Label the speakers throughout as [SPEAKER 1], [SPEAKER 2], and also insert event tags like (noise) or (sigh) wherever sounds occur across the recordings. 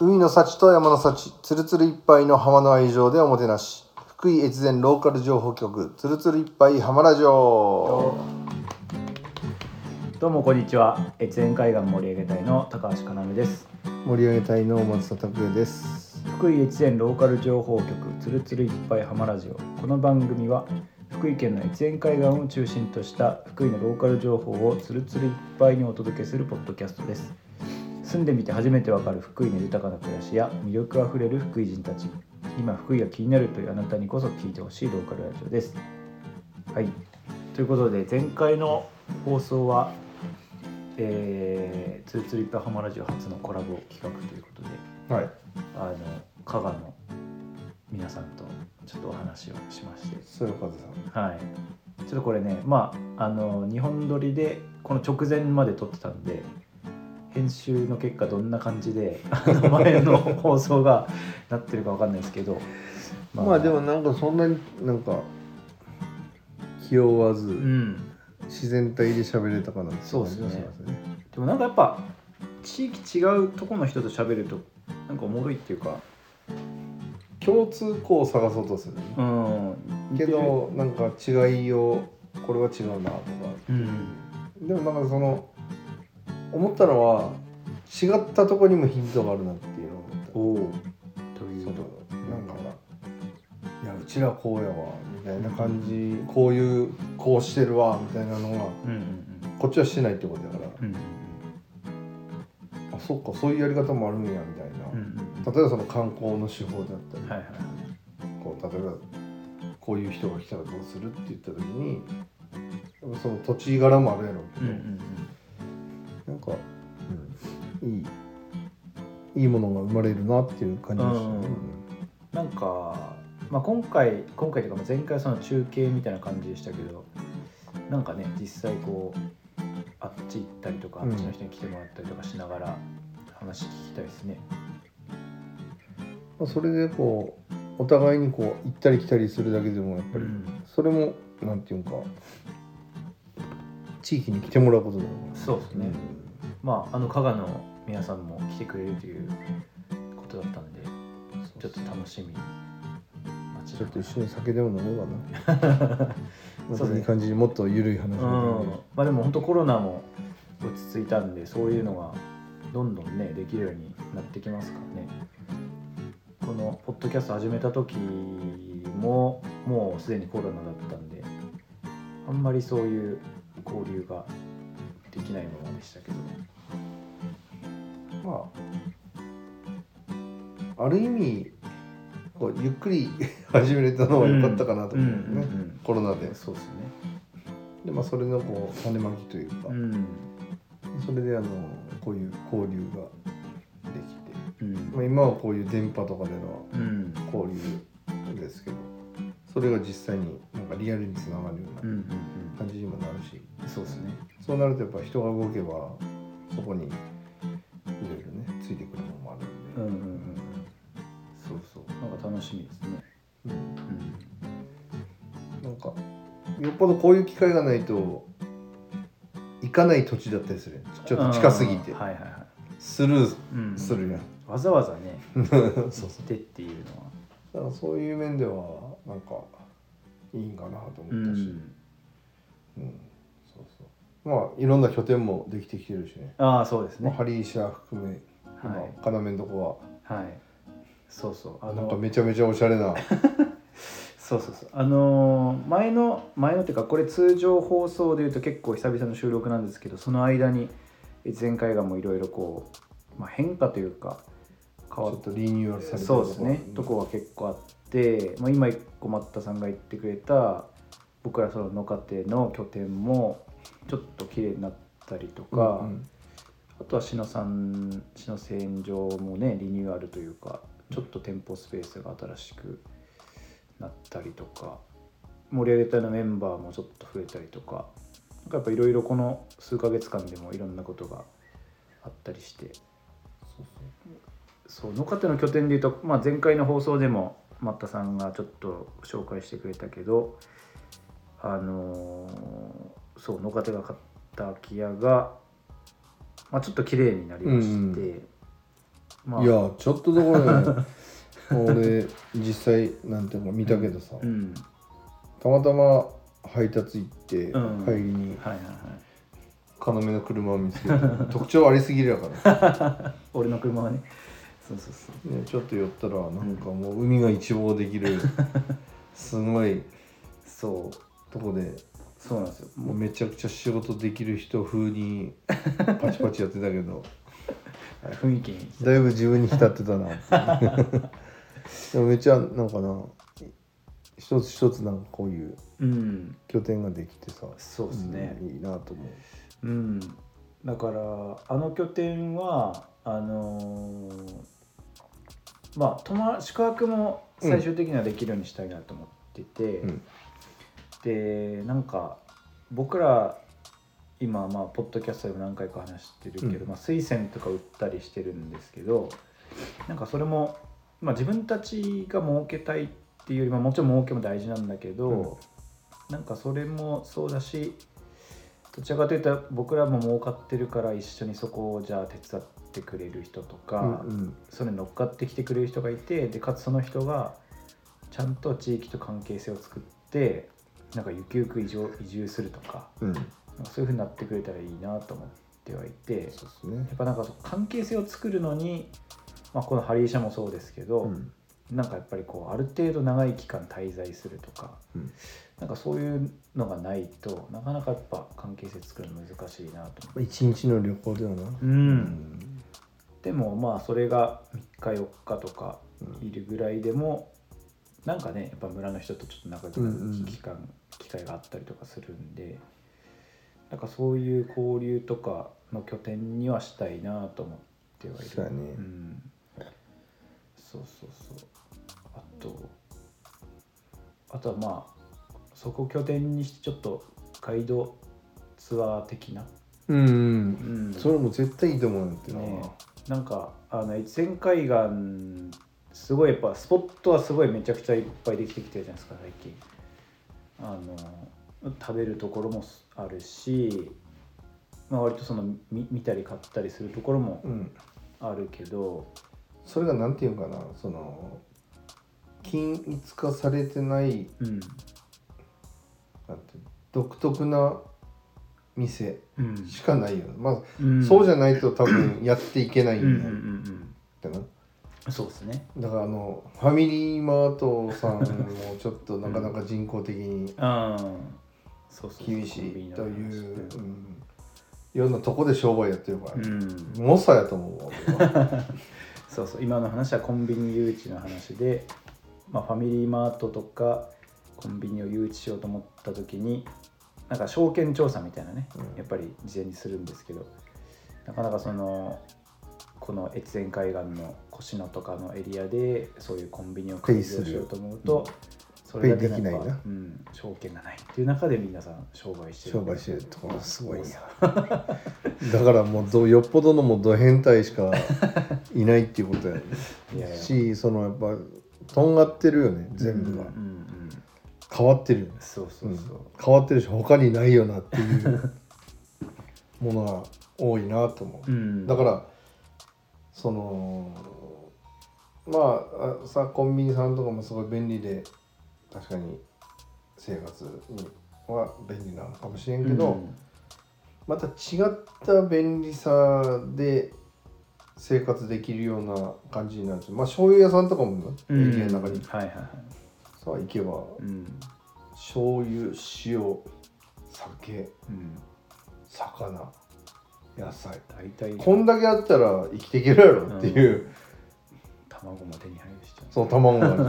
[SPEAKER 1] 海の幸と山の幸つるつるいっぱいの浜の愛情でおもてなし福井越前ローカル情報局つるつるいっぱい浜ラジオ
[SPEAKER 2] どうもこんにちは越前海岸盛り上げ隊の高橋かなめです
[SPEAKER 1] 盛り上げ隊の松田拓也です
[SPEAKER 2] 福井越前ローカル情報局つるつるいっぱい浜ラジオこの番組は福井県の越前海岸を中心とした福井のローカル情報をつるつるいっぱいにお届けするポッドキャストです住んでみて初めてわかる福井の豊かな暮らしや魅力あふれる福井人たち今福井が気になるというあなたにこそ聞いてほしいローカルラジオですはいということで前回の放送はえー、つるつるいっぱい浜ラジオ初のコラボ企画ということで
[SPEAKER 1] はい
[SPEAKER 2] あの加賀の皆さんとちょっとお話をしまして
[SPEAKER 1] そういうことさ
[SPEAKER 2] はいちょっとこれねまああの日本撮りでこの直前まで撮ってたんで編集の結果どんな感じで (laughs) あの前の放送がなってるかわかんないですけど
[SPEAKER 1] まあ、でもなんかそんなになんか気負わず、
[SPEAKER 2] うん
[SPEAKER 1] 自然体で喋れたかなって
[SPEAKER 2] そうっすね
[SPEAKER 1] 感じがしますね
[SPEAKER 2] でもなんかやっぱ地域違うとこの人と喋るとなんかおもろいっていうか
[SPEAKER 1] 共通項を探そうとする、
[SPEAKER 2] うん
[SPEAKER 1] けどなんか違いをこれは違うなとか
[SPEAKER 2] うん
[SPEAKER 1] でもなんかその思ったのは違ったとこにもヒントがあるなっていうのを
[SPEAKER 2] お
[SPEAKER 1] 思っ
[SPEAKER 2] おと
[SPEAKER 1] た
[SPEAKER 2] い
[SPEAKER 1] そうの
[SPEAKER 2] と
[SPEAKER 1] なんかいやうちらこうやわみたいな感じこういうこうしてるわみたいなのが
[SPEAKER 2] うんうん
[SPEAKER 1] こっちはしてないってことだから
[SPEAKER 2] うんうん
[SPEAKER 1] あそっかそういうやり方もあるんやみたいな、
[SPEAKER 2] うんうんうん
[SPEAKER 1] 例えばその観光の手法であったり、
[SPEAKER 2] はいはいはい
[SPEAKER 1] こう例えばこういう人が来たらどうするって言った時にやっぱその土地柄もあるやろうけ
[SPEAKER 2] うん
[SPEAKER 1] ど、
[SPEAKER 2] う
[SPEAKER 1] な
[SPEAKER 2] ん
[SPEAKER 1] んか、いいいいものが生まれるなっていう感じでしたね。
[SPEAKER 2] うん、なんか、まあ、今回今回というかまあ前回その中継みたいな感じでしたけどなんかね実際こうあっち行ったりとかあ
[SPEAKER 1] う
[SPEAKER 2] っ
[SPEAKER 1] ん
[SPEAKER 2] ちの人に来てもらったりとかしながら話聞きたいですね。
[SPEAKER 1] まあそれでこうお互いにこう行ったり来たりするだけでもやっぱり、それもなんていうか地域に来てもらうことだよね。
[SPEAKER 2] そうですね、まああの加賀の皆さんも来てくれるということだったんで
[SPEAKER 1] うん
[SPEAKER 2] ちょっと楽しみ待
[SPEAKER 1] ちょっと一緒
[SPEAKER 2] に
[SPEAKER 1] に酒でも飲めばな。
[SPEAKER 2] (laughs) そ
[SPEAKER 1] そうう
[SPEAKER 2] ね
[SPEAKER 1] いい感じにもっと緩い話が
[SPEAKER 2] うん
[SPEAKER 1] できる
[SPEAKER 2] まあでも本当コロナも落ち着いたんでそういうのがどんどんねできるようになってきますからねこのポッドキャスト始めた時ももうすでにコロナだったんであんまりそういう交流ができないままでしたけど
[SPEAKER 1] まあある意味こうゆっくり (laughs) 始めれたのは良かったかなと思うよね、
[SPEAKER 2] うんうんうんうん
[SPEAKER 1] コロナで
[SPEAKER 2] そうですね
[SPEAKER 1] で、まあ、それのこう種まきというか、
[SPEAKER 2] うん、
[SPEAKER 1] それであのこういう交流ができて、
[SPEAKER 2] うん
[SPEAKER 1] まあ、今はこういう電波とかでの
[SPEAKER 2] うん
[SPEAKER 1] 交流ですけどそれが実際になんかリアルにつながるよ
[SPEAKER 2] う
[SPEAKER 1] うん
[SPEAKER 2] う
[SPEAKER 1] なん感じにもなるし、
[SPEAKER 2] うんそうですね
[SPEAKER 1] そうなるとやっぱ人が動けばそこにいろいろねついてくるものもあるん
[SPEAKER 2] う
[SPEAKER 1] で
[SPEAKER 2] んうんうんうんそうそうなんか楽しみですね、
[SPEAKER 1] うん
[SPEAKER 2] うん
[SPEAKER 1] なんかよっぽどこういう機会がないと行かない土地だったりするちょっと近すぎて、
[SPEAKER 2] はいはいは
[SPEAKER 1] スルー
[SPEAKER 2] い、うん
[SPEAKER 1] するやん、
[SPEAKER 2] わざわざね
[SPEAKER 1] そう
[SPEAKER 2] 行
[SPEAKER 1] そう
[SPEAKER 2] ってっていうのは
[SPEAKER 1] だからそういう面ではなんかいいんかなと思ったし、
[SPEAKER 2] ん
[SPEAKER 1] うんそうそうまあいろんな拠点もできてきてるしね
[SPEAKER 2] ああそうです
[SPEAKER 1] まあ、
[SPEAKER 2] ね
[SPEAKER 1] ハリーシャ含め今、
[SPEAKER 2] はい
[SPEAKER 1] 要のとこ
[SPEAKER 2] はいそうそうあ
[SPEAKER 1] はなんか
[SPEAKER 2] の
[SPEAKER 1] めちゃめちゃおしゃれな
[SPEAKER 2] そうそうそうあのー前の前のっていうかこれ通常放送でいうと結構久々の収録なんですけどその間に前回がもういろいろこう、まあ、変化というか
[SPEAKER 1] ち
[SPEAKER 2] 変わ
[SPEAKER 1] ょ
[SPEAKER 2] っ
[SPEAKER 1] っとリニューアルされてる
[SPEAKER 2] そうですねとこ
[SPEAKER 1] は
[SPEAKER 2] は結構あって、まあ、今一個松田さんが言ってくれた僕らその野家庭の拠点もちょっと綺麗になったりとか、あとは篠さん篠洗場もねリニューアルというかちょっと店舗スペースが新しくなったりとか盛り上げ隊のメンバーもちょっと増えたりとかなんかやっぱいろいろこの数ヶ月間でもいろんなことがあったりして
[SPEAKER 1] そう
[SPEAKER 2] そう野方の拠点でいうと、まあ、前回の放送でもマッタさんがちょっと紹介してくれたけどあのーそう野方が買った空き家が、まあ、ちょっと綺麗になりまして、
[SPEAKER 1] うんう
[SPEAKER 2] まあ
[SPEAKER 1] いやちょっとどころじゃない俺実際なんていうの見たけどさ、
[SPEAKER 2] うん
[SPEAKER 1] たまたま配達行って、
[SPEAKER 2] うん
[SPEAKER 1] 帰りに
[SPEAKER 2] はいはいはい
[SPEAKER 1] 要の車を見つけて特徴ありすぎるやから、
[SPEAKER 2] 俺の車はねそうそうそう
[SPEAKER 1] ね、ちょっと寄ったらなんかもう海が一望でき (laughs) るすごい
[SPEAKER 2] そう
[SPEAKER 1] とこで
[SPEAKER 2] そうなんですよ
[SPEAKER 1] もうめちゃくちゃ仕事できる人風 (laughs) にパチパチやってたけど
[SPEAKER 2] 雰囲気に
[SPEAKER 1] だいぶ自分に浸ってたなっていう (laughs) でもめっちゃなんかな一つ一つなんかこういう
[SPEAKER 2] うん
[SPEAKER 1] 拠点ができてさ
[SPEAKER 2] そうですね
[SPEAKER 1] うんいいなと思う
[SPEAKER 2] うんだからあの拠点はあのーまあ泊ま宿泊も最終的にはできるようにしたいなと思ってて、
[SPEAKER 1] うん
[SPEAKER 2] でなんか僕ら今まあポッドキャストでも何回か話してるけど、
[SPEAKER 1] うん
[SPEAKER 2] まあ、水仙とか売ったりしてるんですけどなんかそれも、まあ、自分たちが儲けたいっていうよりももちろん儲けも大事なんだけど、なんかそれもそうだしどちらかというと僕らも儲かってるから一緒にそこをじゃあ手伝ってくれる人とか、
[SPEAKER 1] うん
[SPEAKER 2] それに乗っかってきてくれる人がいてでかつその人がちゃんと地域と関係性を作ってなんかゆくゆく移住移住するとか
[SPEAKER 1] うん、うん、
[SPEAKER 2] なんかそういうふうになってくれたらいいなと思ってはいてや
[SPEAKER 1] そうですね
[SPEAKER 2] っぱなんか関係性を作るのに、まあ、このハリー社もそうですけど、
[SPEAKER 1] うん
[SPEAKER 2] なんかやっぱりこうある程度長い期間滞在するとか、
[SPEAKER 1] うん
[SPEAKER 2] なんかそういうのがないとなかなかやっぱ関係性作るの難しいなと思って。
[SPEAKER 1] 一日の旅行ではな
[SPEAKER 2] う、
[SPEAKER 1] うんん
[SPEAKER 2] でもまあそれが3日4日とか
[SPEAKER 1] うん
[SPEAKER 2] いるぐらいでもなんかねやっぱ村の人とちょっと仲良く
[SPEAKER 1] うんう
[SPEAKER 2] なんる機間、機会があったりとかするんでなんかそういう交流とかの拠点にはしたいなと思ってはい
[SPEAKER 1] そうや
[SPEAKER 2] る、
[SPEAKER 1] ね
[SPEAKER 2] ん、そうそうそうあとあとはまあそこを拠点にしてちょっとガイドツアー的な、
[SPEAKER 1] うん、
[SPEAKER 2] うん
[SPEAKER 1] それも絶対いいと思うんだってな、
[SPEAKER 2] ねなんかあの越前海岸すごいやっぱスポットはすごいめちゃくちゃいっぱいできてきてるじゃないですか最近あの食べるところもあるし、まあ、割とその見見たり買ったりするところも
[SPEAKER 1] うん、
[SPEAKER 2] あるけど
[SPEAKER 1] それがなんていうかなその均一化されてない
[SPEAKER 2] うん
[SPEAKER 1] なんていうの独特な店
[SPEAKER 2] うん、
[SPEAKER 1] しかないよ、まあ、
[SPEAKER 2] うん、
[SPEAKER 1] そうじゃ
[SPEAKER 2] ない
[SPEAKER 1] ないと多分やっていけない
[SPEAKER 2] うんうん
[SPEAKER 1] んだ
[SPEAKER 2] う
[SPEAKER 1] よってな
[SPEAKER 2] んうんそうですね
[SPEAKER 1] だからあのファミリーマートさんもちょっとなかなか人工的に
[SPEAKER 2] ああそうそうそう
[SPEAKER 1] 厳し
[SPEAKER 2] コンビニ
[SPEAKER 1] い
[SPEAKER 2] の
[SPEAKER 1] と
[SPEAKER 2] 話
[SPEAKER 1] いう、うん、いろんなとこで商売やってるから、
[SPEAKER 2] うん
[SPEAKER 1] 猛者やと思うわ俺は
[SPEAKER 2] そうそう今の話はコンビニ誘致の話で、まあ、ファミリーマートとかコンビニを誘致しようと思った時になんか証券調査みたいなね、
[SPEAKER 1] うん
[SPEAKER 2] やっぱり事前にするんですけどなかなかそのこの越前海岸の越野とかのエリアでそういうコンビニを活用しようと思うと
[SPEAKER 1] ペイ
[SPEAKER 2] それだけ
[SPEAKER 1] ペイでき
[SPEAKER 2] やっ
[SPEAKER 1] な
[SPEAKER 2] ぱ
[SPEAKER 1] いな
[SPEAKER 2] うん、証券がないっていう中で皆さん商売してる
[SPEAKER 1] 商売してるところすごいやだからもうどよっぽどのもうド変態しかいないっていうことやね
[SPEAKER 2] いやいや
[SPEAKER 1] しそのやっぱとんがってるよね全部が、
[SPEAKER 2] うんうんうん
[SPEAKER 1] 変わってるよね
[SPEAKER 2] そうそうそう、
[SPEAKER 1] うん変わってるし他にないよなっていうものが多いなと思う、
[SPEAKER 2] うん
[SPEAKER 1] だからそのまああさコンビニさんとかもすごい便利で確かに生活には便利なのかもしれんけど、
[SPEAKER 2] うん
[SPEAKER 1] また違った便利さで生活できるような感じになるしまあ醤油屋さんとかもエ
[SPEAKER 2] うん
[SPEAKER 1] リアの中に
[SPEAKER 2] はいはいはい
[SPEAKER 1] さ行けば
[SPEAKER 2] うん
[SPEAKER 1] 醤油塩酒
[SPEAKER 2] うん
[SPEAKER 1] 魚野菜
[SPEAKER 2] 大体
[SPEAKER 1] こんだけあったら生きていけるやろっていう、
[SPEAKER 2] 卵も手に入るしちゃ
[SPEAKER 1] その卵がある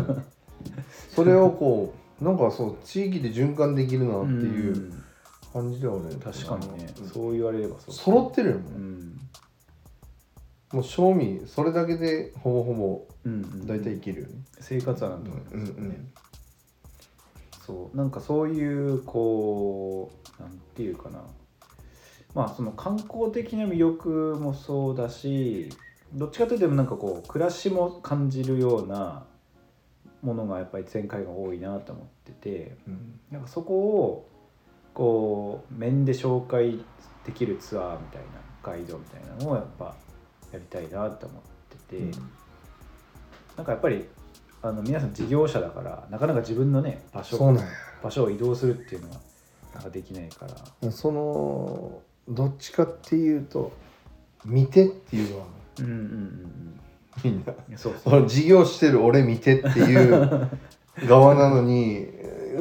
[SPEAKER 1] じゃ
[SPEAKER 2] (laughs)
[SPEAKER 1] んそれをこうなんかそう地域で循環できるなっ
[SPEAKER 2] う
[SPEAKER 1] ていうん感じでは俺
[SPEAKER 2] 確かにね
[SPEAKER 1] うん
[SPEAKER 2] そう言われればそう
[SPEAKER 1] 揃ってるよも
[SPEAKER 2] う
[SPEAKER 1] う,、
[SPEAKER 2] ん
[SPEAKER 1] もう賞味それだけでほぼほぼ
[SPEAKER 2] うんうん
[SPEAKER 1] 大体いけるよね、
[SPEAKER 2] 生活はな
[SPEAKER 1] うんん
[SPEAKER 2] と
[SPEAKER 1] う
[SPEAKER 2] 思
[SPEAKER 1] ん
[SPEAKER 2] いますよ
[SPEAKER 1] う
[SPEAKER 2] ね
[SPEAKER 1] ん
[SPEAKER 2] そうなんかそういうこうなんていうかなまあその観光的な魅力もそうだしどっちかというとでもなんかこう暮らしも感じるようなものがやっぱり前回が多いなと思ってて
[SPEAKER 1] うん
[SPEAKER 2] なんかそこをこう面で紹介できるツアーみたいなガイドみたいなのをやっぱやりたいなと思ってって、
[SPEAKER 1] うん
[SPEAKER 2] なんかやっぱりあの皆さん事業者だからなかなか自分のね場所
[SPEAKER 1] そうなん
[SPEAKER 2] 場所を移動するっていうのはなんかできないから
[SPEAKER 1] やそのどっちかっていうと見てっていうのは
[SPEAKER 2] うんうんうん
[SPEAKER 1] みんな
[SPEAKER 2] うんそうそう
[SPEAKER 1] その事業してる俺見てっていう側なのに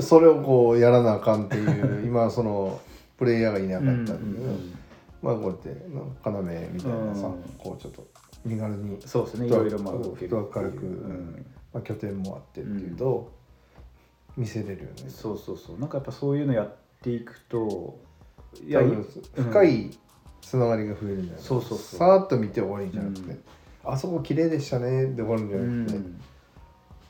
[SPEAKER 1] それをこうやらなあかんっていう今はそのプレイヤーがいなか
[SPEAKER 2] うん
[SPEAKER 1] ったんで、
[SPEAKER 2] うんうん
[SPEAKER 1] まあこうやってなんか要みたいなさ、
[SPEAKER 2] うん
[SPEAKER 1] こうちょっと身軽に、
[SPEAKER 2] そうですねい
[SPEAKER 1] ふっと
[SPEAKER 2] ろいろまあ動けるっていう
[SPEAKER 1] ふっと明るく
[SPEAKER 2] うん
[SPEAKER 1] まあ、拠点もあってっていうと、見せれるよね。
[SPEAKER 2] そうそうそうなんかやっぱそういうのやっていくとい
[SPEAKER 1] 多
[SPEAKER 2] い
[SPEAKER 1] 分深いつながりが増えるんじゃない
[SPEAKER 2] そうそうそう
[SPEAKER 1] さーっと見て終わりじゃなくて、
[SPEAKER 2] うん
[SPEAKER 1] あそこ綺麗でしたねで終わるんじ
[SPEAKER 2] う
[SPEAKER 1] ゃなくて、
[SPEAKER 2] ん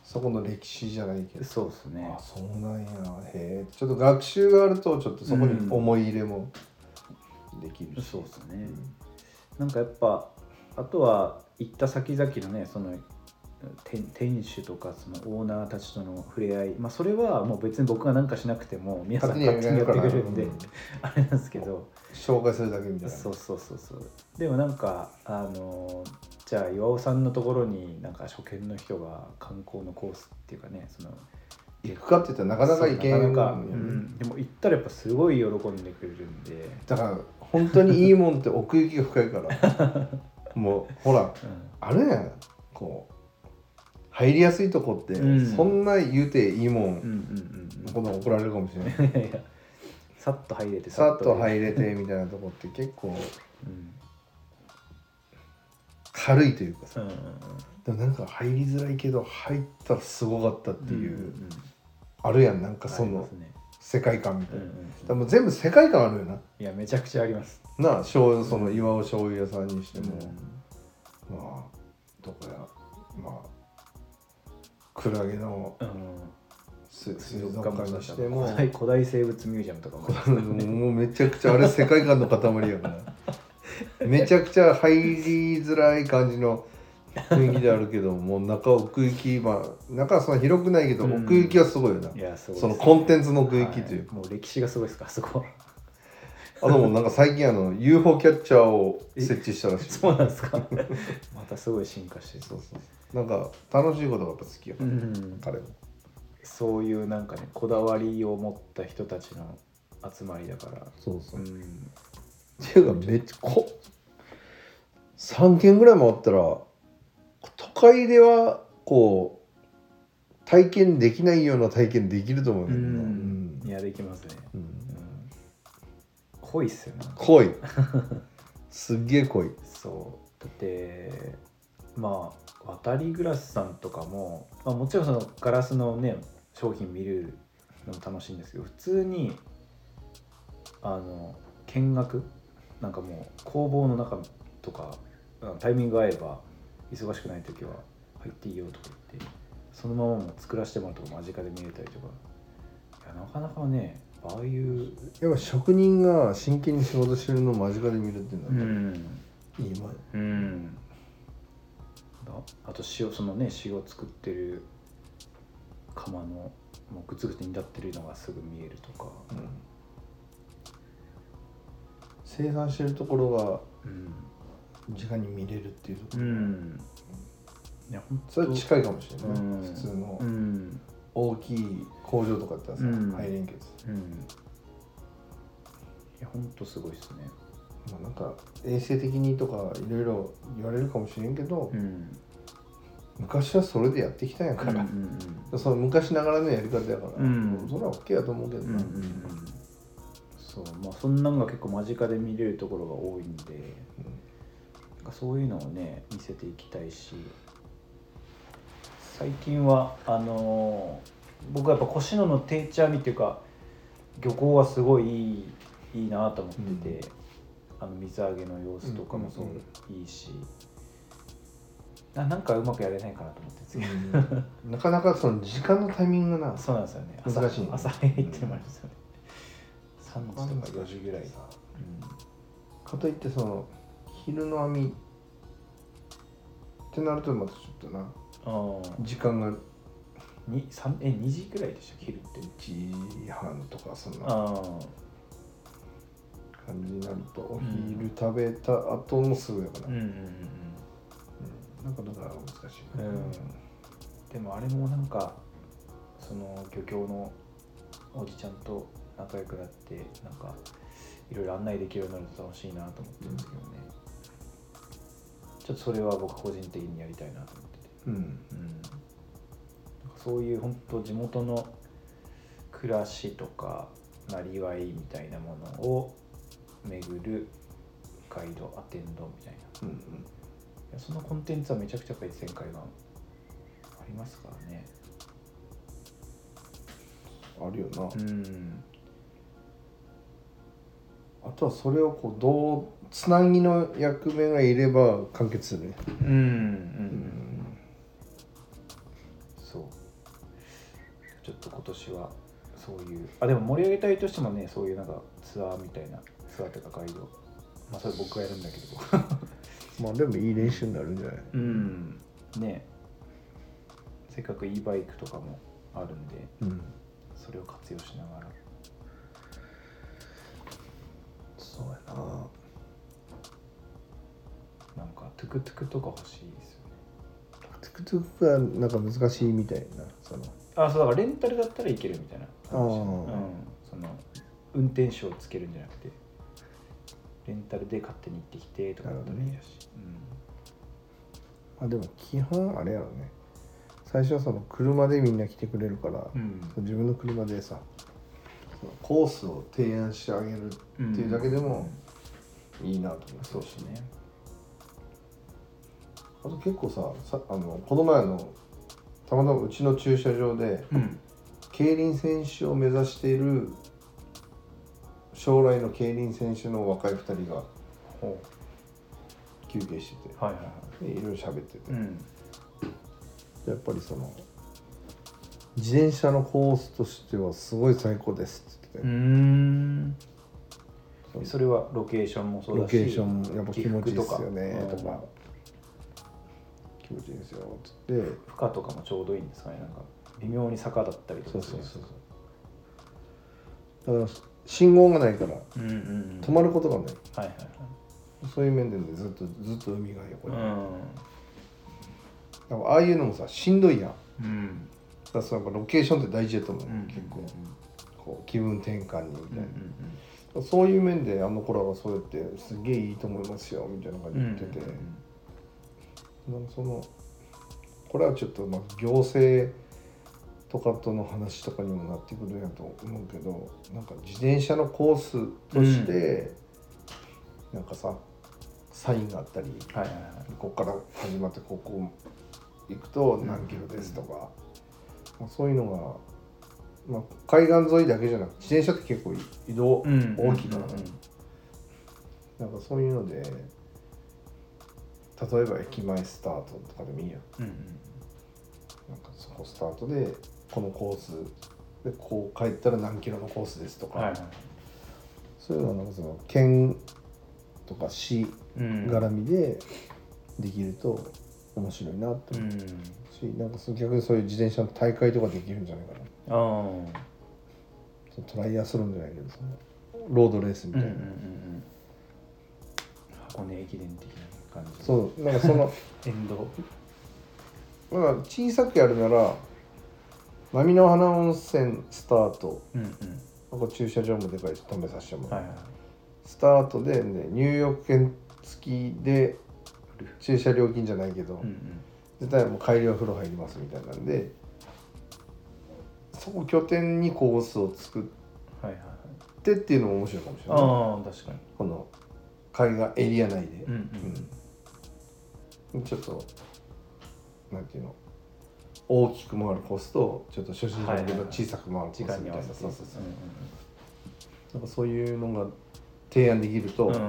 [SPEAKER 1] そこの歴史じゃないけど
[SPEAKER 2] そうですね
[SPEAKER 1] あそうなんやへえちょっと学習があるとちょっとそこに思い入れもできるし、
[SPEAKER 2] そうです
[SPEAKER 1] う
[SPEAKER 2] ね
[SPEAKER 1] ん
[SPEAKER 2] なんかやっぱあとは行った先々のねその店店主とかそのオーナーたちとの触れ合い、まあ、それはもう別に僕が何かしなくても皆さん
[SPEAKER 1] 勝手に
[SPEAKER 2] 勝手にや
[SPEAKER 1] やってて
[SPEAKER 2] っく
[SPEAKER 1] く
[SPEAKER 2] れ
[SPEAKER 1] れ
[SPEAKER 2] る
[SPEAKER 1] る
[SPEAKER 2] ん
[SPEAKER 1] ん
[SPEAKER 2] で、
[SPEAKER 1] で、
[SPEAKER 2] あれなんですけど
[SPEAKER 1] 紹介するだけみたいな
[SPEAKER 2] そうそうそうそうでもなんかあのじゃあ岩尾さんのところになんか初見の人が観光のコースっていうかねその
[SPEAKER 1] 行くかって言ったらなかなか行けん
[SPEAKER 2] そ
[SPEAKER 1] よ
[SPEAKER 2] うな
[SPEAKER 1] ね
[SPEAKER 2] かなかうんでも行ったらやっぱすごい喜んでくれるんで、
[SPEAKER 1] だから本当にいいもんって奥行きが深いからもうほら
[SPEAKER 2] うん
[SPEAKER 1] あるやんこう入りやすいとこって、
[SPEAKER 2] うん
[SPEAKER 1] そんな言うていいもん、
[SPEAKER 2] うんうんうんうん
[SPEAKER 1] こんなん怒られるかもしれない
[SPEAKER 2] (laughs) いやいやさっと入れて
[SPEAKER 1] さっと
[SPEAKER 2] れて
[SPEAKER 1] 入れてみたいなとこって結構
[SPEAKER 2] うん
[SPEAKER 1] 軽いというかさ
[SPEAKER 2] うんうんうん
[SPEAKER 1] でもなんか入りづらいけど入ったらすごかったっていう、
[SPEAKER 2] んんん
[SPEAKER 1] あるやんなんかそ
[SPEAKER 2] ありま
[SPEAKER 1] の
[SPEAKER 2] すね
[SPEAKER 1] 世界観みた
[SPEAKER 2] う
[SPEAKER 1] い
[SPEAKER 2] んう
[SPEAKER 1] な、
[SPEAKER 2] んうん
[SPEAKER 1] でも全部世界観あるよない
[SPEAKER 2] やめちゃくちゃあります
[SPEAKER 1] なあ醤油その岩尾醤油屋さんにしても、
[SPEAKER 2] うん
[SPEAKER 1] まあどこやまあクラゲの
[SPEAKER 2] うん
[SPEAKER 1] 水水族館にしても
[SPEAKER 2] 古代古代生物ミュージアムとかも
[SPEAKER 1] もうめちゃくちゃあれ世界観の塊やからめちゃくちゃ入りづらい感じの雰囲気であるけどもう中奥行きまあ中はそんな広くないけど、
[SPEAKER 2] うん
[SPEAKER 1] 奥行きはすごいよない
[SPEAKER 2] やすごいです
[SPEAKER 1] そのコンテンツの奥行きというか、
[SPEAKER 2] はもう歴史がすごいですからあそこ
[SPEAKER 1] あともうなんか最近あの UFO キャッチャーを設置したらしい
[SPEAKER 2] そうなんですかまたすごい進化して
[SPEAKER 1] そうそうなんか楽しいことがやっぱ好きやか
[SPEAKER 2] う
[SPEAKER 1] ら、
[SPEAKER 2] ん
[SPEAKER 1] 彼も
[SPEAKER 2] そういうなんかねこだわりを持った人たちの集まりだから
[SPEAKER 1] そうそ
[SPEAKER 2] うん
[SPEAKER 1] っていうかめっちゃこ3軒ぐらい回ったら都会ではこう体験できないような体験できると思うけどなうん
[SPEAKER 2] いやできますね
[SPEAKER 1] う
[SPEAKER 2] うんん濃いっすよね
[SPEAKER 1] 濃いすっげえ濃い
[SPEAKER 2] そうだってまあ渡りグラスさんとかも、まあ、もちろんそのガラスのね商品見るのも楽しいんですけど普通にあの見学なんかもう工房の中とかあのタイミングが合えば忙しくない時は入っていいよとか言ってそのままもう作らせてもらうとか間近で見れたりとかいやなかなかねああいう、
[SPEAKER 1] やっぱ職人が真剣に仕事してるのを間近で見るっていうのは、
[SPEAKER 2] ん、
[SPEAKER 1] いいもん
[SPEAKER 2] うん、あと塩そのね塩を作ってる釜のもうグツグツ煮立ってるのがすぐ見えるとか、
[SPEAKER 1] 生産してるところ
[SPEAKER 2] うん
[SPEAKER 1] が直に見れるっていうところ、
[SPEAKER 2] うん、いや本当
[SPEAKER 1] それは近いかもしれない、
[SPEAKER 2] うん
[SPEAKER 1] 普通の
[SPEAKER 2] うん
[SPEAKER 1] 大きい工場とかだったらさ、
[SPEAKER 2] うん
[SPEAKER 1] 入れんけどさ
[SPEAKER 2] うんいや本当すごいですね
[SPEAKER 1] まあ、なんか衛生的にとかいろいろ言われるかもしれんけど、
[SPEAKER 2] うん
[SPEAKER 1] 昔はそれでやってきたんや
[SPEAKER 2] う
[SPEAKER 1] か
[SPEAKER 2] んうんう
[SPEAKER 1] ら、
[SPEAKER 2] ん
[SPEAKER 1] その昔ながらのやり方やから、
[SPEAKER 2] うん
[SPEAKER 1] それは OK やと思うけど
[SPEAKER 2] うんうんう
[SPEAKER 1] な、
[SPEAKER 2] んそうまあそんなんが結構間近で見れるところが多いんでなんかそういうのをね見せていきたいし最近はあのー僕はやっぱ越野の定置網っていうか漁港はすごいいいいいなと思ってて、あの水揚げの様子とかもそう
[SPEAKER 1] うんうん
[SPEAKER 2] いいし、ななんかうまくやれないかなと思って次、
[SPEAKER 1] うんなかなかその時間のタイミングがな
[SPEAKER 2] そうなんですよね
[SPEAKER 1] 難しいね
[SPEAKER 2] 朝朝早いってのもありますよね、3時とか4時ぐらい、
[SPEAKER 1] さかといってその昼の網ってなるとまたちょっとな
[SPEAKER 2] うん、あ
[SPEAKER 1] 時間が
[SPEAKER 2] に三え2時ぐらいでした昼って
[SPEAKER 1] 1時半とかそんな
[SPEAKER 2] ああ
[SPEAKER 1] 感じになるとお昼食べた後のすぐやから、
[SPEAKER 2] うんうんうんうん
[SPEAKER 1] うんなかなか難しい、
[SPEAKER 2] う
[SPEAKER 1] ね
[SPEAKER 2] ん、でもあれもなんかその漁協のおじちゃんと仲良くなってなんかいろいろ案内できるようになると楽しいなと思ってるんですけどね、ちょっとそれは僕個人的にやりたいなと思ってて、
[SPEAKER 1] うん
[SPEAKER 2] うん、なんかそういう本当地元の暮らしとかなりわいみたいなものを巡るガイドアテンドみたいな
[SPEAKER 1] うん
[SPEAKER 2] いやそのコンテンツはめちゃくちゃやっぱり前回がありますからね
[SPEAKER 1] うんあるよな、
[SPEAKER 2] うん
[SPEAKER 1] あとはそれをこうどうつなぎの役目がいれば完結するね、
[SPEAKER 2] うんうん、そうちょっと今年はそういうあでも盛り上げたいとしてもねそういうなんかツアーみたいなツアーとかガイドまあそれ僕がやるんだけど
[SPEAKER 1] まあでもいい練習になるんじゃない、
[SPEAKER 2] (laughs) うんねせっかく e バイクとかもあるんで
[SPEAKER 1] うん、
[SPEAKER 2] それを活用しながら
[SPEAKER 1] そうやな
[SPEAKER 2] なんかトゥクトゥクとか欲しいですよね
[SPEAKER 1] トゥクトゥクがなんか難しいみたいなその
[SPEAKER 2] あそうだからレンタルだったらいけるみたいな
[SPEAKER 1] あ
[SPEAKER 2] 話
[SPEAKER 1] あ
[SPEAKER 2] うん、その運転手をつけるんじゃなくてレンタルで勝手に行ってきてとかだったらいいらしい、
[SPEAKER 1] あでも基本あれやろね最初はその車でみんな来てくれるから、
[SPEAKER 2] うん
[SPEAKER 1] 自分の車でさそのコースを提案してあげる
[SPEAKER 2] うん
[SPEAKER 1] っていうだけでもいいなと思う
[SPEAKER 2] そうですね
[SPEAKER 1] あと結構ささあのこの前のたまたまうちの駐車場で
[SPEAKER 2] うん
[SPEAKER 1] 競輪選手を目指している将来の競輪選手の若い2人が
[SPEAKER 2] ほ
[SPEAKER 1] 休憩してて
[SPEAKER 2] うはいはいは
[SPEAKER 1] でいろいろ喋ってて、
[SPEAKER 2] いうん
[SPEAKER 1] やっぱりその自転車のコースとしてはすごい最高ですって言って
[SPEAKER 2] う
[SPEAKER 1] て、
[SPEAKER 2] んそれはロケーションもそう
[SPEAKER 1] ロ
[SPEAKER 2] だし
[SPEAKER 1] ケーションもやっぱ気持ちいいですよね
[SPEAKER 2] 起伏
[SPEAKER 1] と
[SPEAKER 2] と
[SPEAKER 1] か
[SPEAKER 2] か
[SPEAKER 1] 気持ちいいですよって言って
[SPEAKER 2] 負荷とかもちょうどいいんですかねなんか微妙に坂だったりとかするんですか
[SPEAKER 1] だから信号がないから
[SPEAKER 2] うんうんうん
[SPEAKER 1] 止まることがない、
[SPEAKER 2] はいはいはい
[SPEAKER 1] そういう面でねずっとずっと海が横に、だか
[SPEAKER 2] う
[SPEAKER 1] らああいうのもさしんどいやんだか
[SPEAKER 2] んうん
[SPEAKER 1] らさやっぱロケーションって大事だと思う、
[SPEAKER 2] うん
[SPEAKER 1] 結構こう気分転換にみた
[SPEAKER 2] う
[SPEAKER 1] い
[SPEAKER 2] んう
[SPEAKER 1] な、
[SPEAKER 2] ん
[SPEAKER 1] そういう面であの子らがそうやってすげえいいと思いますよみたいな感じで言ってて、なんかそのこれはちょっとまあ行政とかとの話とかにもなってくるんやと思うけどなんか自転車のコースとして、なんかさサインがあったり
[SPEAKER 2] はいはいはい
[SPEAKER 1] ここから始まってここ行くと何キロですとか、まあそういうのが、まあ、海岸沿いだけじゃなく自転車って結構移動大きいからね、なんかそういうので例えば駅前スタートとかでもいいやん
[SPEAKER 2] うんうん
[SPEAKER 1] なんかそこスタートでこのコースでこう帰ったら何キロのコースですとか、
[SPEAKER 2] はい
[SPEAKER 1] そういうのはなんかその県とか市
[SPEAKER 2] うん
[SPEAKER 1] 絡みでできると面白いなと思
[SPEAKER 2] うん
[SPEAKER 1] うし、なんかその逆にそういう自転車の大会とかできるんじゃないかな
[SPEAKER 2] ああ
[SPEAKER 1] そのトライアスロンじゃないけどそのロードレースみ
[SPEAKER 2] う
[SPEAKER 1] た
[SPEAKER 2] ん
[SPEAKER 1] い
[SPEAKER 2] うん
[SPEAKER 1] な、
[SPEAKER 2] うんうん箱根駅伝的な感じ
[SPEAKER 1] そうなんかその (laughs)
[SPEAKER 2] エンド
[SPEAKER 1] なんか小さくやるなら波の花温泉スタート
[SPEAKER 2] うんうん
[SPEAKER 1] なんか駐車場もでかいし止めさせてもらう
[SPEAKER 2] はいはい
[SPEAKER 1] スタートで、ね、入浴券付きで駐車料金じゃないけど、
[SPEAKER 2] うんうん
[SPEAKER 1] 絶対もう帰りは風呂入りますみたいなんでそこ拠点にコースを作っ
[SPEAKER 2] はいはいはい
[SPEAKER 1] てっていうのも面白いかもしれない
[SPEAKER 2] ああ確かに
[SPEAKER 1] この海岸エリア内で
[SPEAKER 2] うん、
[SPEAKER 1] うんちょっとなんていうの大きく回るコースとちょっと初心者向け
[SPEAKER 2] はいはい
[SPEAKER 1] の
[SPEAKER 2] はい
[SPEAKER 1] 小さく回るコース
[SPEAKER 2] 時
[SPEAKER 1] みた
[SPEAKER 2] 間
[SPEAKER 1] い
[SPEAKER 2] に
[SPEAKER 1] な、
[SPEAKER 2] 合わせて
[SPEAKER 1] そうそうそううん
[SPEAKER 2] うん
[SPEAKER 1] なんかそういうのが提案できると、
[SPEAKER 2] うん
[SPEAKER 1] めっ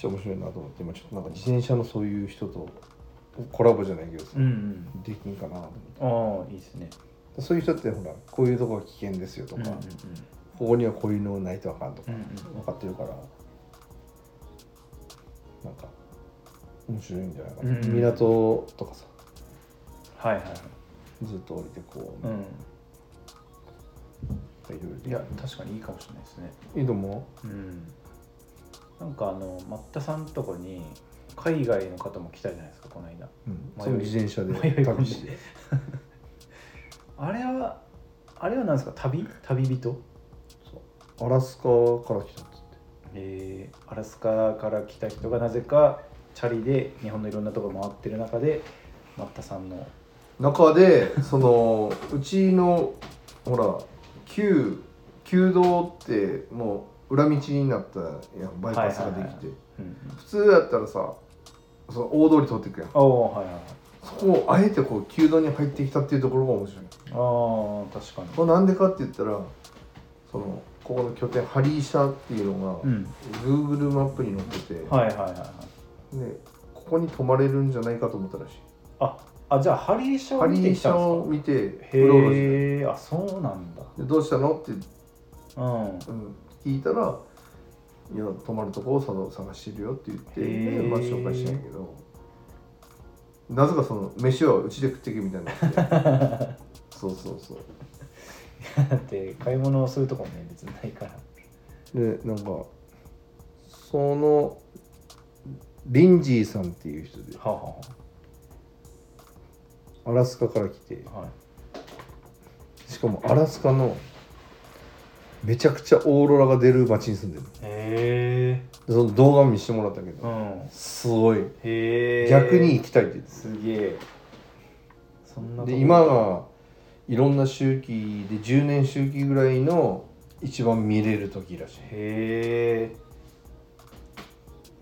[SPEAKER 1] ちゃ面白いなと思って今ちょっとなんか自転車のそういう人とコラボじゃないけどさ、
[SPEAKER 2] うんうん
[SPEAKER 1] できんかなと思っ
[SPEAKER 2] ああいいですね
[SPEAKER 1] てそういう人ってほらこういうとこは危険ですよと
[SPEAKER 2] と
[SPEAKER 1] か、
[SPEAKER 2] うんうん
[SPEAKER 1] ここにはこういうのないとあかんとか
[SPEAKER 2] うんうん
[SPEAKER 1] 分かってるからなんか面白いんじゃないかな、
[SPEAKER 2] うん
[SPEAKER 1] 港とかさ
[SPEAKER 2] はいはいはい
[SPEAKER 1] ずっと降りてこう、
[SPEAKER 2] うん
[SPEAKER 1] いろいろ
[SPEAKER 2] いや確かにいいかもしれないですね
[SPEAKER 1] いいと思
[SPEAKER 2] うんなんかあのマッタさんとこに海外の方も来たじゃないですかこの間
[SPEAKER 1] うん
[SPEAKER 2] 迷い
[SPEAKER 1] その自転車
[SPEAKER 2] (laughs) 迷
[SPEAKER 1] で
[SPEAKER 2] い込んで
[SPEAKER 1] 旅して
[SPEAKER 2] あれはあれは何ですか旅旅人
[SPEAKER 1] アラスカから来たっつって
[SPEAKER 2] えーアラスカから来た人がなぜかチャリで日本のいろんなところ回ってる中でマッタさんの
[SPEAKER 1] 中でそのうちのほら旧旧道ってもう裏道になったやんバイパスができ
[SPEAKER 2] はいはいは
[SPEAKER 1] て
[SPEAKER 2] うん
[SPEAKER 1] 普通やったらさその大通り通っていくやん
[SPEAKER 2] ああはいはいはい
[SPEAKER 1] そこをあえてこう旧道に入ってきたっていうところが面白い
[SPEAKER 2] ああ確かに
[SPEAKER 1] これなんでかって言ったらそのここの拠点ハリーシャっていうの
[SPEAKER 2] う
[SPEAKER 1] が、
[SPEAKER 2] ん
[SPEAKER 1] Google マップに載ってて、
[SPEAKER 2] はいはいはいはい
[SPEAKER 1] でここに泊まれるんじゃないかと思ったらしい
[SPEAKER 2] ああじゃあハリーシャ
[SPEAKER 1] ハ
[SPEAKER 2] を
[SPEAKER 1] リ
[SPEAKER 2] 見て
[SPEAKER 1] ー
[SPEAKER 2] き
[SPEAKER 1] シ
[SPEAKER 2] た
[SPEAKER 1] ャ
[SPEAKER 2] ん
[SPEAKER 1] を
[SPEAKER 2] で
[SPEAKER 1] 見て
[SPEAKER 2] すか
[SPEAKER 1] うろうろして
[SPEAKER 2] へえあそうなんだ
[SPEAKER 1] たでどうしたのって
[SPEAKER 2] うん
[SPEAKER 1] うん、聞いたら「いや泊まるとこを探探してるよ」って言って、
[SPEAKER 2] へー
[SPEAKER 1] でまあ、紹介したんやけどなぜかその飯はうちで食ってけみたいになって (laughs) そうそうそう
[SPEAKER 2] だって買い物をするとこもね別にないから
[SPEAKER 1] でなんかそのリンジーさんっていう人で
[SPEAKER 2] はあは
[SPEAKER 1] アラスカから来て
[SPEAKER 2] あはあはい
[SPEAKER 1] しかもアラスカのめちゃくちゃオーロラが出る町に住んでる
[SPEAKER 2] へ
[SPEAKER 1] でその動画を見せてもらったけ
[SPEAKER 2] えう
[SPEAKER 1] ど
[SPEAKER 2] ん
[SPEAKER 1] すごい
[SPEAKER 2] へえ
[SPEAKER 1] 逆に行きたいって言ってた
[SPEAKER 2] すげえそんなと
[SPEAKER 1] で
[SPEAKER 2] こ
[SPEAKER 1] 今がいろんな周期で10年周期ぐらいの一番見れる時らし
[SPEAKER 2] へ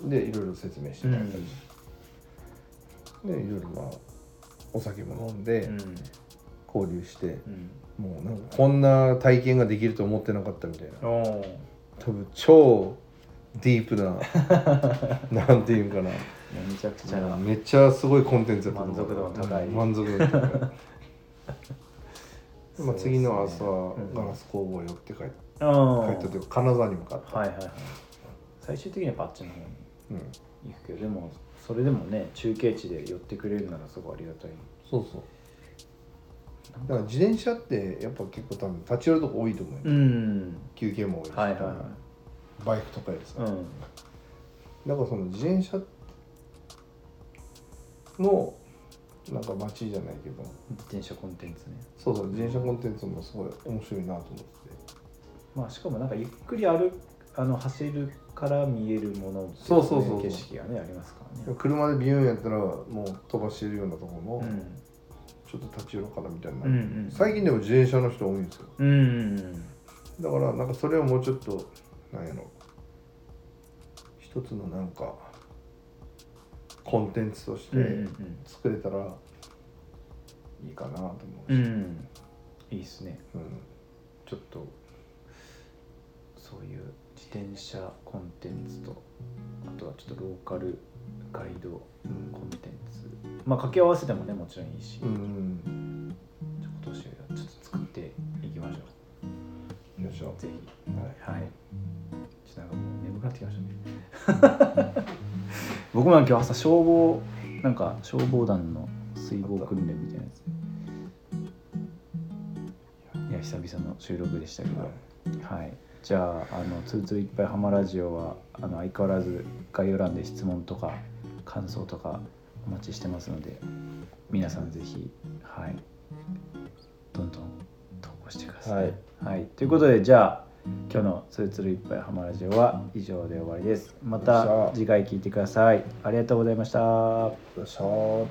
[SPEAKER 2] え
[SPEAKER 1] いでいろいろ説明して
[SPEAKER 2] う
[SPEAKER 1] もらったり
[SPEAKER 2] ん、
[SPEAKER 1] でいろいろまあお酒も飲んで
[SPEAKER 2] うん
[SPEAKER 1] 交流して、
[SPEAKER 2] うん、
[SPEAKER 1] もうなんかこんな体験ができると思ってなかったみたいな
[SPEAKER 2] おお
[SPEAKER 1] 多分超ディープな
[SPEAKER 2] (laughs)
[SPEAKER 1] なんていうんかな
[SPEAKER 2] めちゃくちゃな
[SPEAKER 1] めっちゃすごいコンテンツだと思う
[SPEAKER 2] 満足度の高い
[SPEAKER 1] うん満足度
[SPEAKER 2] (laughs)
[SPEAKER 1] の高いまあ次の朝、
[SPEAKER 2] そうですねうん
[SPEAKER 1] ガラス工房寄って帰って帰っ
[SPEAKER 2] うん
[SPEAKER 1] たというか金沢に向かった
[SPEAKER 2] はいはいはい最終的にはパッチの方に
[SPEAKER 1] うん、
[SPEAKER 2] 行くけどでもそれでもね中継地で寄ってくれるならすごいありがたい
[SPEAKER 1] そうそうだから自転車ってやっぱ結構多分立ち寄るとこ多いと思うよ、
[SPEAKER 2] うん
[SPEAKER 1] 休憩も多いし、
[SPEAKER 2] はいはいはい
[SPEAKER 1] バイクとかよりさ、
[SPEAKER 2] うん
[SPEAKER 1] だからその自転車のなんか街じゃないけど
[SPEAKER 2] 自転車コンテンツね
[SPEAKER 1] そうそう自転車コンテンツもすごい面白いなと思って
[SPEAKER 2] まあしかもなんかゆっくり歩くあの走るから見えるものってい
[SPEAKER 1] そうそうそう
[SPEAKER 2] 景色がねありますから
[SPEAKER 1] て
[SPEAKER 2] ね
[SPEAKER 1] 車でビューンやったらもう飛ばしてるようなところも
[SPEAKER 2] うん
[SPEAKER 1] ちょっと立ち寄ろうかなみたいな、
[SPEAKER 2] うんうん
[SPEAKER 1] 最近でも自転車の人多いんですよ
[SPEAKER 2] うんうんうん
[SPEAKER 1] だからなんかそれをもうちょっとなんやろ一つのなんかコンテンツとし
[SPEAKER 2] うんうんう
[SPEAKER 1] て
[SPEAKER 2] ん
[SPEAKER 1] 作れたらいいかなと思う
[SPEAKER 2] う
[SPEAKER 1] し、
[SPEAKER 2] んいいっすね
[SPEAKER 1] うん
[SPEAKER 2] ちょっとそういう自転車コンテンツとあとはちょっとローカルガイド
[SPEAKER 1] うん
[SPEAKER 2] コンテンツまあ掛け合わせてもねもちろんいいし、
[SPEAKER 1] うん
[SPEAKER 2] じゃあ今年はちょっと作っていきましょ
[SPEAKER 1] よいしょ
[SPEAKER 2] うぜひ
[SPEAKER 1] はい
[SPEAKER 2] はいちょっとなんかもう眠くなってきましたね僕もなんか今日朝消防なんか消防団の水防訓練みたいなやついや久々の収録でしたけど、
[SPEAKER 1] はい
[SPEAKER 2] はい、じゃああの「つるつるいっぱいハマラジオは」あの相変わらず概要欄で質問とか感想とかお待ちしてますので皆さんぜひ、はい、どんどん投稿してください。はいということでじゃあ今日の「つるつるいっぱいハマラジオ」は以上で終わりです。ま
[SPEAKER 1] よっしゃ
[SPEAKER 2] た次回聞いてください。ありがとうございました。
[SPEAKER 1] よいしょ